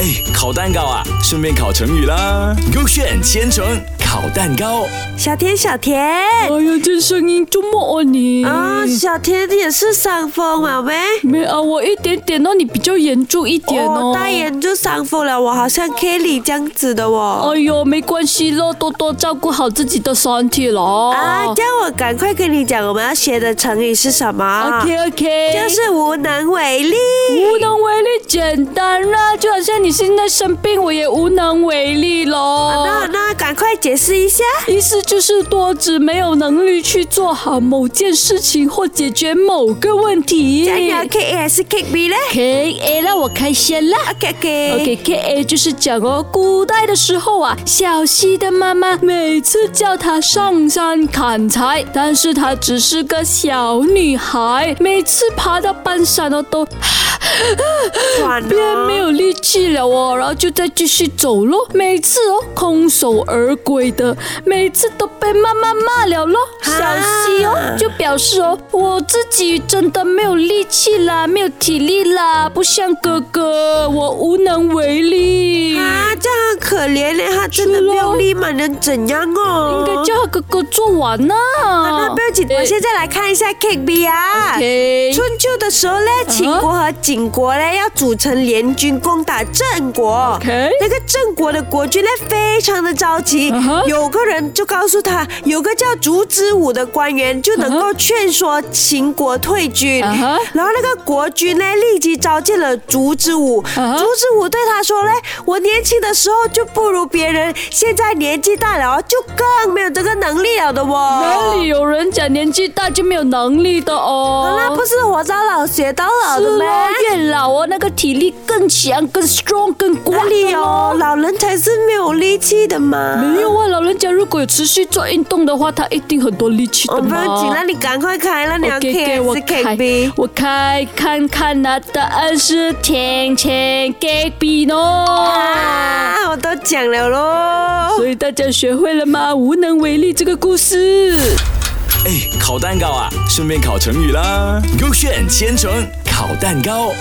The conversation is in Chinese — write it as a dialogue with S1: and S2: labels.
S1: 哎，烤蛋糕啊，顺便烤成语啦。勾选千层烤蛋糕，
S2: 小田，小田
S3: 哎呀，这声音这么啊你
S2: 啊，小田你也是伤风了没？
S3: 没啊，我一点点哦，你比较严重一点哦。
S2: 我大眼就伤风了，我好像 Kelly 这样子的哦。
S3: 哎呦，没关系咯，多多照顾好自己的身体咯。
S2: 啊，这样我赶快跟你讲，我们要学的成语是什么
S3: OK OK，
S2: 就是无能为力。
S3: 无能为力，简单啦，就好像你现在生病，我也无能为力
S2: 那
S3: 咯。
S2: 那赶快解释一下。
S3: 意思就是多指没有能力去做好某件事情或解决某个问题。
S2: 这样 K A 还是 K B 呢
S3: K A 让我开先啦。
S2: ？OK OK。
S3: OK，K A 就是讲哦，古代的时候啊，小西的妈妈每次叫她上山砍柴，但是她只是个小女孩，每次爬到半山哦都
S2: 算
S3: 变没
S2: 了。
S3: 有力气了哦，然后就再继续走咯，每次哦空手而归的，每次都被妈妈骂了咯。小西哦就表示哦，我自己真的没有力气啦，没有体力啦，不像哥哥，我无能为力。
S2: 啊，这样很可怜呢，他真的
S3: 是咯
S2: 没有力嘛，能怎样哦？
S3: 应该叫他哥哥做完呐、
S2: 那不要紧，我现在来看一下 K B 啊。
S3: OK
S2: 春秋的时候呢，秦国和景国呢要组成联军攻打郑国。
S3: OK
S2: 那个郑国的国君呢非常的着急
S3: 嗯哼
S2: 有个人就告诉他，有个叫烛之武的官员就能够劝说秦国退军。
S3: 嗯哼
S2: 然后那个国君呢立即召见了烛之武。
S3: 嗯哼
S2: 烛之武对他说呢，我年轻的时候就不如别人，现在年纪大了哦就更没有这个能力了的哦。
S3: 哪里有人讲年纪大就没有能力的哦？
S2: 好啦，不是活到老学到老的
S3: 是
S2: 咩？
S3: 咯，越老哦，那个体力更强、更 strong、更
S2: 哪
S3: 管
S2: 里
S3: 理
S2: 有
S3: 哦。
S2: 老人才是没有力气的嘛？
S3: 没有啊，老人家如果有持续做运动的话，他一定很多力气
S2: 哦，
S3: 的
S2: 不要紧，那
S3: 嘛。
S2: 你赶快开了，你要 K
S3: 给
S2: 还
S3: 我
S2: 是
S3: 开
S2: K B？，
S3: 我开看看那答案是甜甜 K B 喏。
S2: 啊，我都讲了喽。
S3: 所以大家学会了吗？无能为力这个故事。
S1: 哎，烤蛋糕啊，顺便烤成语啦。勾选千层烤蛋糕。